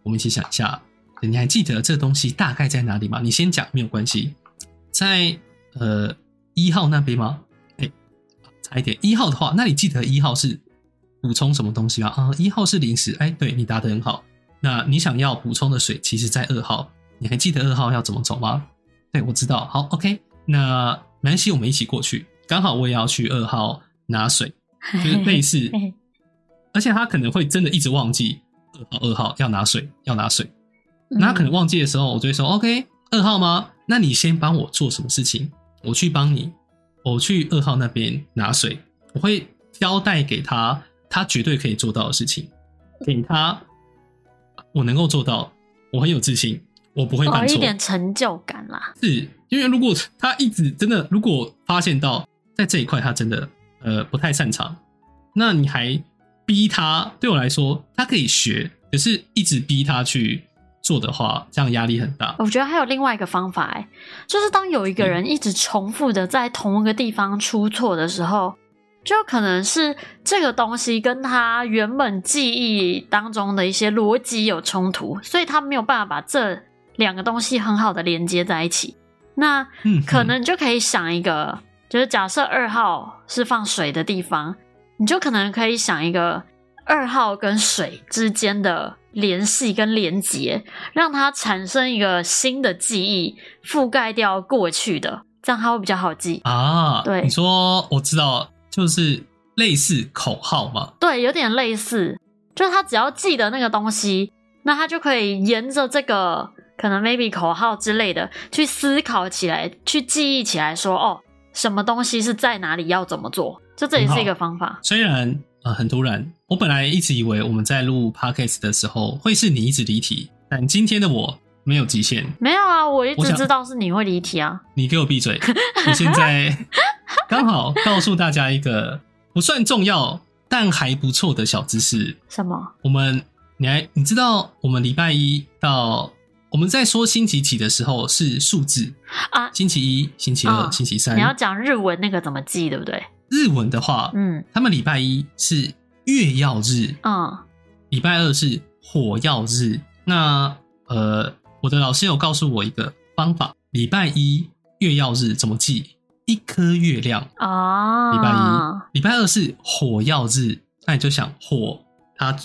Speaker 2: 我们一起想一下，你还记得这东西大概在哪里吗？你先讲没有关系，在呃一号那边吗？哎、差一点，一号的话，那你记得一号是补充什么东西吗？啊、一号是零食，哎、对你答得很好。那你想要补充的水，其实在二号，你还记得二号要怎么走吗？对，我知道。好，OK，那没关系，我们一起过去。刚好我也要去二号拿水，就是类似
Speaker 1: 嘿嘿，
Speaker 2: 而且他可能会真的一直忘记二号二号要拿水，要拿水。
Speaker 1: 嗯
Speaker 2: 那他可能忘记的时候，我就会说、OK，二号吗？那你先帮我做什么事情，我去帮你，我去二号那边拿水，我会交代给他，他绝对可以做到的事情，
Speaker 1: 嗯
Speaker 2: 给他，我能够做到，我很有自信，我不会
Speaker 1: 哦，
Speaker 2: 犯
Speaker 1: 一
Speaker 2: 错。
Speaker 1: 点成就感啦。
Speaker 2: 是因为如果他一直真的，如果发现到在这一块他真的呃不太擅长，那你还逼他，对我来说，他可以学，可是一直逼他去做的话，这样压力很大。
Speaker 1: 我觉得还有另外一个方法、哎，就是当有一个
Speaker 2: 嗯
Speaker 1: 人一直重复的在同一个地方出错的时候，就可能是这个东西跟他原本记忆当中的一些逻辑有冲突，所以他没有办法把这两个东西很好的连接在一起。那
Speaker 2: 嗯，
Speaker 1: 可能你就可以想一个，就是假设二号是放水的地方，你就可能可以想一个二号跟水之间的联系跟连接，让它产生一个新的记忆，覆盖掉过去的，这样它会比较好记。
Speaker 2: 啊，
Speaker 1: 对
Speaker 2: 你说我知道，就是类似口号嘛，
Speaker 1: 对，有点类似，就是他只要记得那个东西，那他就可以沿着这个可能 maybe 口号之类的去思考起来，去记忆起来说，哦，什么东西是在哪里要怎么做，就这也是一个方法。
Speaker 2: 虽然呃很突然，我本来一直以为我们在录 podcast 的时候会是你一直离题，但今天的我没有极限，
Speaker 1: 没有啊，我一
Speaker 2: 我
Speaker 1: 直
Speaker 2: 想
Speaker 1: 知道是你会离题啊。
Speaker 2: 你给我 闭嘴！我现在刚好告诉大家一个不算重要但还不错的小知识。
Speaker 1: 什么？
Speaker 2: 我们你还你知道我们礼拜一到我们在说星期几的时候是数字
Speaker 1: 啊
Speaker 2: 星期一、星期二、
Speaker 1: 嗯
Speaker 2: 星期三
Speaker 1: 你。要讲日文那个怎么记，对不对？
Speaker 2: 日文的话，
Speaker 1: 嗯
Speaker 2: 他们礼拜一是月曜日，
Speaker 1: 嗯
Speaker 2: 礼拜二是火曜日。那呃，我的老师有告诉我一个方法，礼拜一月曜日怎么记？一颗月亮。
Speaker 1: 啊，
Speaker 2: 礼拜一，礼拜二是火曜日，那你就想火，它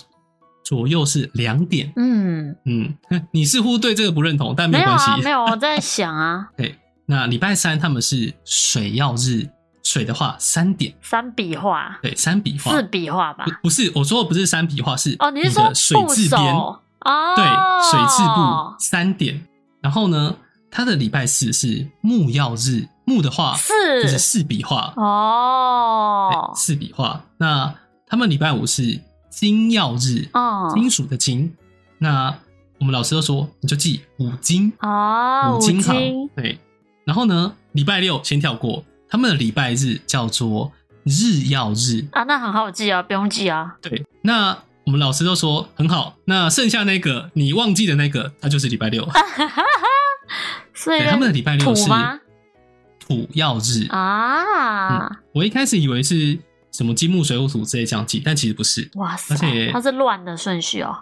Speaker 2: 左右是两点。
Speaker 1: 嗯，
Speaker 2: 嗯， 你似乎对这个不认同，但
Speaker 1: 没
Speaker 2: 有
Speaker 1: 有
Speaker 2: 关系
Speaker 1: 啊，。没有，我在想啊，
Speaker 2: 对，那礼拜三他们是水曜日，水的话三点，
Speaker 1: 三笔 画、
Speaker 2: 对，三笔画
Speaker 1: 四。笔画吧
Speaker 2: 不。不是，我说的不是三笔画，是
Speaker 1: 哦，你是
Speaker 2: 的
Speaker 1: 说
Speaker 2: 水
Speaker 1: 部
Speaker 2: 字
Speaker 1: 首
Speaker 2: 边？
Speaker 1: 哦？
Speaker 2: 对，水字部三点。然后呢，它的礼拜四是木曜日，木的话
Speaker 1: 四
Speaker 2: 就是四笔画。
Speaker 1: 哦
Speaker 2: 对，四笔画。那他们礼拜五是金曜日，
Speaker 1: 哦
Speaker 2: 金属的金。那我们老师都说，你就记五金，
Speaker 1: 哦，五
Speaker 2: 金行。
Speaker 1: 金
Speaker 2: 对，然后呢，礼拜六先跳过，他们的礼拜日叫做日曜日。
Speaker 1: 啊，那很好记啊，不用记啊。
Speaker 2: 对，那我们老师都说很好。那剩下那个你忘记的那个，它就是礼拜六。
Speaker 1: 所以
Speaker 2: 对，他们的礼拜六
Speaker 1: 啊
Speaker 2: 嗯
Speaker 1: 土
Speaker 2: 是
Speaker 1: 吗？
Speaker 2: 土曜日。
Speaker 1: 啊，
Speaker 2: 我一开始以为是什么金木水火土之类这样记，但其实不是。
Speaker 1: 哇塞
Speaker 2: 而且，
Speaker 1: 它是乱的顺序哦。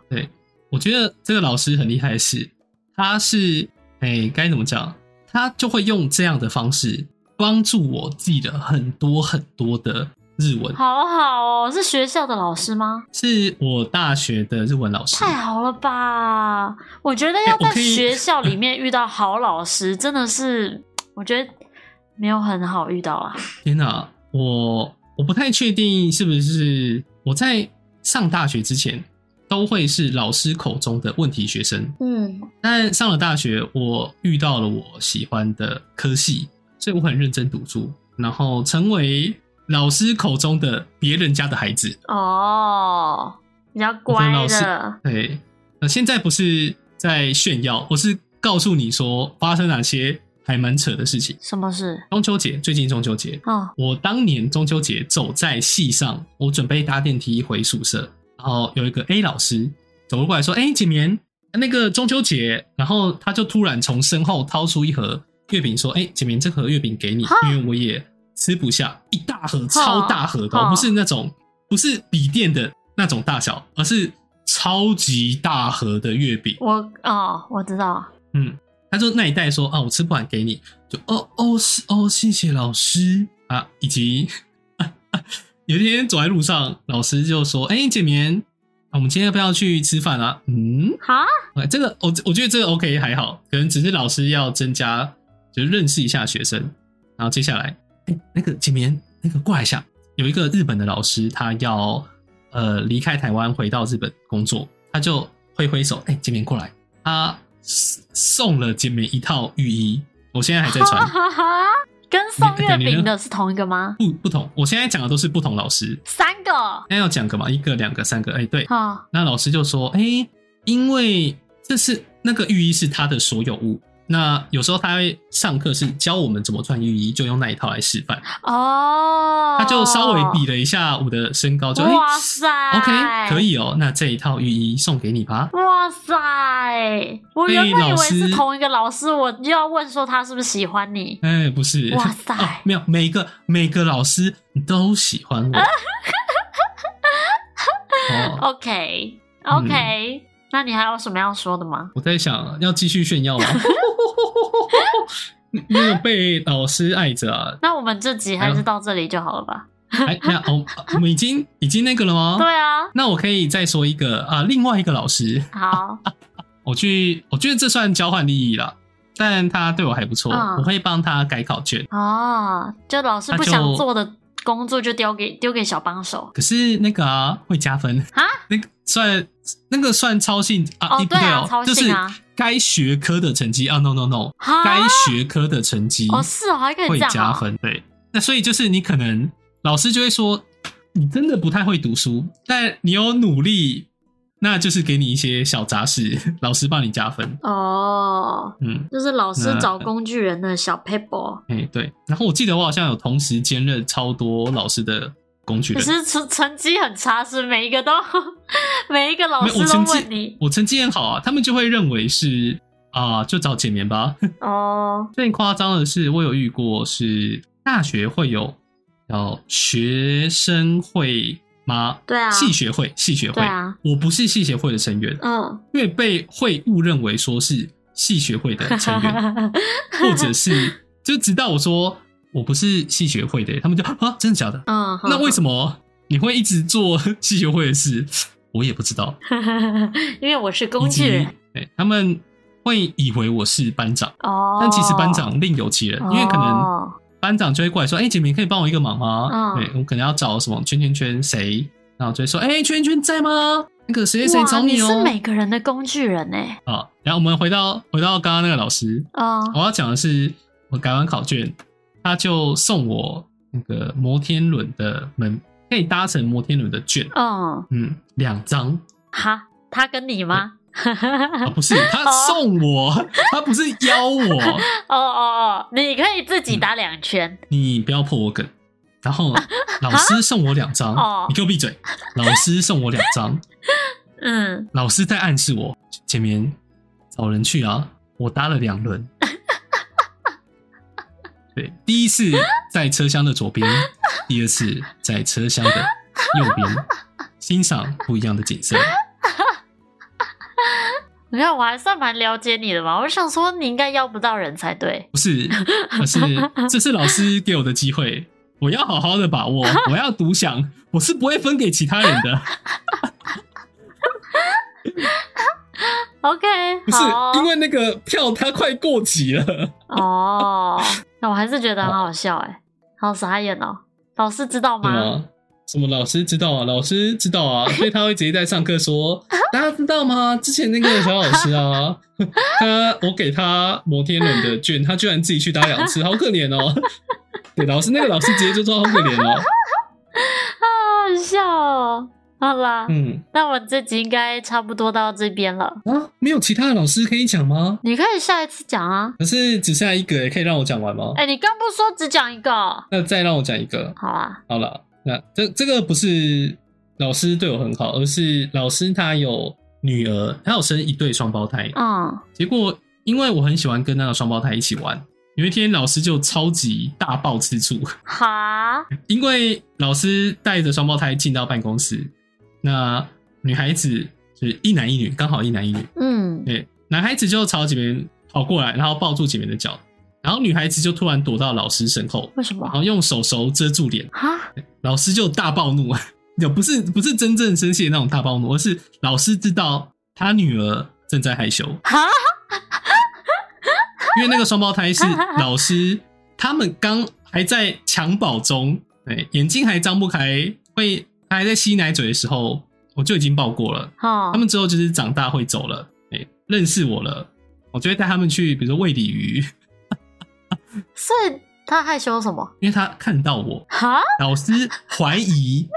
Speaker 2: 我觉得这个老师很厉害的是，他是哎该怎么讲，他就会用这样的方式帮助我记了很多很多的日文，
Speaker 1: 好好哦，是学校的老师吗？
Speaker 2: 是我大学的日文老师。
Speaker 1: 太好了吧！我觉得要
Speaker 2: 哎我
Speaker 1: 在
Speaker 2: 可以
Speaker 1: 学校里面遇到好老师，真的是我觉得没有很好遇到啦。
Speaker 2: 天哪、我我不太确定是不是我在上大学之前都会是老师口中的问题学生，
Speaker 1: 嗯，
Speaker 2: 但上了大学，我遇到了我喜欢的科系，所以我很认真读书，然后成为老师口中的别人家的孩子。
Speaker 1: 哦，比较乖
Speaker 2: 我觉得
Speaker 1: 的，
Speaker 2: 对，那现在不是在炫耀，我是告诉你说发生哪些还蛮扯的事情。
Speaker 1: 什么事？
Speaker 2: 中秋节，最近中秋节，
Speaker 1: 哦，
Speaker 2: 我当年中秋节走在戏上，我准备搭电梯回宿舍，然后有一个 A 老师走过来说：“哎、景棉，那个中秋节，然后他就突然从身后掏出一盒月饼，说：“哎、姐明，这盒月饼给你，因为我也吃不下，一大盒，超大盒的哦，
Speaker 1: 哈
Speaker 2: 不是那种不是笔电的那种大小，而是超级大盒的月饼。”
Speaker 1: 我哦，我知道，
Speaker 2: 嗯，他就那一袋说啊，我吃不完给你，就哦哦是哦，谢谢老师啊，以及 有一天走在路上，老师就说，哎、简眠，啊我们今天要不要去吃饭啊？嗯，
Speaker 1: 哈，
Speaker 2: 哎，这个我我觉得这个 OK 还好，可能只是老师要增加，就是认识一下学生。然后接下来，哎，那个简眠，那个过来一下，有一个日本的老师，他要呃离开台湾回到日本工作，他就挥挥手，哎，简眠过来，他送了简眠一套浴衣，我现在还在
Speaker 1: 哈
Speaker 2: 穿，
Speaker 1: 哈哈， 跟送月
Speaker 2: 你你
Speaker 1: 饼
Speaker 2: 呢
Speaker 1: 的是同一个吗？
Speaker 2: 不不同，我现在讲的都是不同老师，
Speaker 1: 三个，哈、
Speaker 2: 那要讲个嘛，一个、两个、三个，哎，对，那老师就说：“哎、因为这是那个浴衣是他的所有物，那有时候他会上课是教我们怎么穿浴衣，就用那一套来示范。
Speaker 1: 哦，
Speaker 2: 他就稍微比了一下我的身高，就哎、
Speaker 1: 哇塞
Speaker 2: o k 可，以哦，那这一套浴衣送给你吧。
Speaker 1: 哇塞，
Speaker 2: 哎
Speaker 1: 我原本以为
Speaker 2: 被老
Speaker 1: 是
Speaker 2: 师
Speaker 1: 同一个老师，我就要问说他是不是喜欢你？
Speaker 2: 哎、不是，
Speaker 1: 哇 塞
Speaker 2: 啊没有每个每个老师都喜 欢我。哦，
Speaker 1: OK OK，、那
Speaker 2: 嗯
Speaker 1: 你还有什么要说的吗？
Speaker 2: 我在想要继续炫耀吗？ 没有被老师爱着啊，
Speaker 1: 那我们这集还
Speaker 2: 还有
Speaker 1: 是到这里就好了吧？
Speaker 2: 哎，那我我们已经已经那个了吗？
Speaker 1: 对。啊，
Speaker 2: 那我可以再说一个啊、另外一个老师，
Speaker 1: 好，
Speaker 2: 我去，我觉得这算交换利益了，但他对我还不错，
Speaker 1: 嗯
Speaker 2: 我会帮他改考卷。
Speaker 1: 哦，就老师
Speaker 2: 那
Speaker 1: 不
Speaker 2: 就
Speaker 1: 想做的工作就丢给丢给小帮手
Speaker 2: 可是那个啊，会加分
Speaker 1: 啊，
Speaker 2: 那个算那个算超性啊，
Speaker 1: 哦
Speaker 2: 一不对
Speaker 1: 对啊
Speaker 2: 哦，
Speaker 1: 超
Speaker 2: 就
Speaker 1: 信
Speaker 2: 是
Speaker 1: 啊
Speaker 2: 该学科的成绩啊，no no no，
Speaker 1: 哈
Speaker 2: 该学科的成绩
Speaker 1: 哦，是哦，还可以
Speaker 2: 会
Speaker 1: 这样、
Speaker 2: 加
Speaker 1: 哦，
Speaker 2: 分。对，那所以就是你可能老师就会说，你真的不太会读书，但你有努力，那就是给你一些小杂事，老师帮你加分。
Speaker 1: 哦，
Speaker 2: 嗯，
Speaker 1: 就是老师
Speaker 2: 那
Speaker 1: 找工具人的小 paper，
Speaker 2: 哎、对。然后我记得我好像有同时兼任超多老师的工具
Speaker 1: 可
Speaker 2: 人。
Speaker 1: 是成成绩很差，是每一个都每一个老
Speaker 2: 没有我
Speaker 1: 师都
Speaker 2: 成绩
Speaker 1: 问你
Speaker 2: 我成绩很好啊，他们就会认为是啊、就找简棉吧。
Speaker 1: 哦
Speaker 2: 最夸张的是，我有遇过是大学会有叫学生会吗？
Speaker 1: 对啊
Speaker 2: 系学会，系学会。
Speaker 1: 对啊
Speaker 2: 我不是系学会的成员，
Speaker 1: 嗯，
Speaker 2: 因为被会误认为说是系学会的成 员，或者是就直到我说我不是系学会的，他们就啊，真的假的？
Speaker 1: 嗯，
Speaker 2: 那为
Speaker 1: 么？
Speaker 2: 什么你会一直做 系学会的事？我也不 知道。
Speaker 1: 因为我是工
Speaker 2: 以
Speaker 1: 具
Speaker 2: 及
Speaker 1: 人
Speaker 2: 对他们会以为我是班长，
Speaker 1: 哦，
Speaker 2: 但其实班长另有其人，因为可能。
Speaker 1: 哦
Speaker 2: 班长就会过来说：“哎、姐明，可以帮我一个忙吗？”
Speaker 1: 嗯
Speaker 2: 对我可能要找什么圈圈圈谁，然后就会说：“哎、圈圈在吗？那个谁谁谁
Speaker 1: 哇
Speaker 2: 找
Speaker 1: 你
Speaker 2: 哦。
Speaker 1: 是每个人的工具人哎，
Speaker 2: 啊，然后我们回到回到刚刚那个老师，
Speaker 1: 哦
Speaker 2: 我要讲的是，我改完考卷，他就送我那个摩天轮的门，可以搭乘摩天轮的券，
Speaker 1: 嗯，
Speaker 2: 嗯，两张
Speaker 1: 哈，他跟你吗？
Speaker 2: 啊，不是他送我，他不是邀我，
Speaker 1: 哦哦哦，你可以自己打两圈。
Speaker 2: 你不要破我梗。然后老师送我两张
Speaker 1: 哦，
Speaker 2: 你给我闭嘴！老师送我两张，
Speaker 1: 嗯，
Speaker 2: 老师在暗示我，前面找人去啊，我搭了两轮。对，第一次在车厢的左边，第二次在车厢的右边，欣赏不一样的景色。
Speaker 1: 你看我还算蛮了解你的嘛，我想说你应该要不到人才对。
Speaker 2: 不是，而是这是老师给我的机会，我要好好的把握，我要独享，我是不会分给其他人的。
Speaker 1: OK，
Speaker 2: 不是
Speaker 1: 好
Speaker 2: 因为那个票它快过期了，
Speaker 1: 哦，那我还是觉得很好笑哎，好傻眼哦。老师知道
Speaker 2: 对啊
Speaker 1: 吗？
Speaker 2: 吗？什么老师知道啊？老师知道 啊，所以他会直接在上课说：“大家知道吗？之前那个小老师 啊，他我给他摩天轮的券，他居然自己去打两 次，好可怜哦。”对，老师那个老师直接就说好可怜哦。
Speaker 1: 好好笑哦。好啦，
Speaker 2: 嗯
Speaker 1: 那我这集应该差不多到这边了。
Speaker 2: 啊，没有其他的老师可以讲吗？
Speaker 1: 你可以下一次讲啊。
Speaker 2: 可是只剩下一个耶，可以让我讲完吗？
Speaker 1: 哎、你刚不说只讲一个？好
Speaker 2: 那再让我讲一个。
Speaker 1: 啊，
Speaker 2: 好了，那这这个不是老师对我很好，而是老师他有女儿，她有生一对双胞胎，
Speaker 1: 嗯，
Speaker 2: 结果因为我很喜欢跟那个双胞胎一起玩，有一天老师就超级大爆吃醋，
Speaker 1: 哈，
Speaker 2: 因为老师带着双胞胎进到办公室，那女孩子就是一男一女，刚好一男一女，
Speaker 1: 嗯，
Speaker 2: 对，男孩子就朝姐妹跑过来，然后抱住姐妹的脚，然后女孩子就突然躲到老师身后，
Speaker 1: 为什么
Speaker 2: 然？后用手手遮住脸，
Speaker 1: 哈，
Speaker 2: 老师就大暴怒， 就不是不是真正生气的那种大暴怒，而是老师知道他女儿正在害羞，
Speaker 1: 哈，
Speaker 2: 因为那个双胞胎是老师，他们刚还在襁褓中，对，眼睛还张不开，会还在吸奶嘴的时候，我就已经抱过了。
Speaker 1: 哦
Speaker 2: 他，们之后就是长大会走了，哎，认识我了，我就会带他们去，比如说喂鲤鱼，
Speaker 1: 所以他害羞什么？
Speaker 2: 因为他看到我，
Speaker 1: 哈，
Speaker 2: 老师怀疑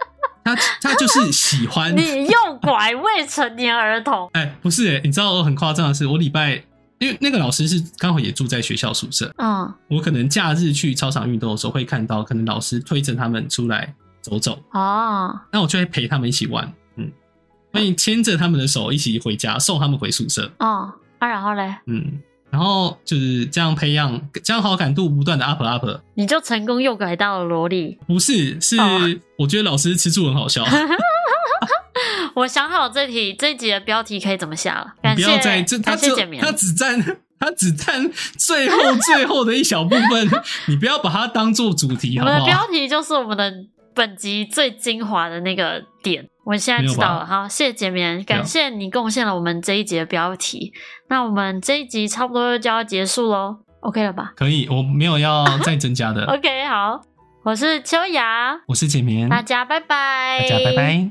Speaker 2: 他，他就是喜欢。？
Speaker 1: 你诱拐未成年儿童
Speaker 2: 哎，不是哎，你知道很夸张的是，我礼拜因为那个老师是刚好也住在学校宿舍，
Speaker 1: 嗯，
Speaker 2: 我可能假日去操场运动的时候会看到，可能老师推着他们出来走走，
Speaker 1: 哦，
Speaker 2: 那我就会陪他们一起玩，嗯，所以牵着他们的手一起回家，送他们回宿舍，
Speaker 1: 哦，啊，然后嘞，
Speaker 2: 嗯，然后就是这样培养，这样好感度不断的 up up，
Speaker 1: 你就成功诱拐到了萝莉。
Speaker 2: 不是，是
Speaker 1: 哦
Speaker 2: 我觉得老师吃醋 很好笑，
Speaker 1: 我想好这题这一集的标题可以怎么下了，
Speaker 2: 你
Speaker 1: 感
Speaker 2: 不
Speaker 1: 谢
Speaker 2: 要再这他
Speaker 1: 感
Speaker 2: 这
Speaker 1: 谢简明
Speaker 2: 他。只占。他只占最后 最后的一小部分，你不要把它当做主题，
Speaker 1: 我
Speaker 2: 好不
Speaker 1: 们的
Speaker 2: 好？
Speaker 1: 标题就是我们的本集最精华的那个点，我现在知道了。好，谢谢简明，
Speaker 2: 啊
Speaker 1: 感谢你贡献了我们这一集的标题。那我们这一集差不多就要结束喽，OK 了吧
Speaker 2: 可以，我没有要再 增加的。
Speaker 1: ？OK，好，我是秋雅，
Speaker 2: 我是简棉，
Speaker 1: 大
Speaker 2: 嗯大
Speaker 1: 家拜拜，
Speaker 2: 家拜拜。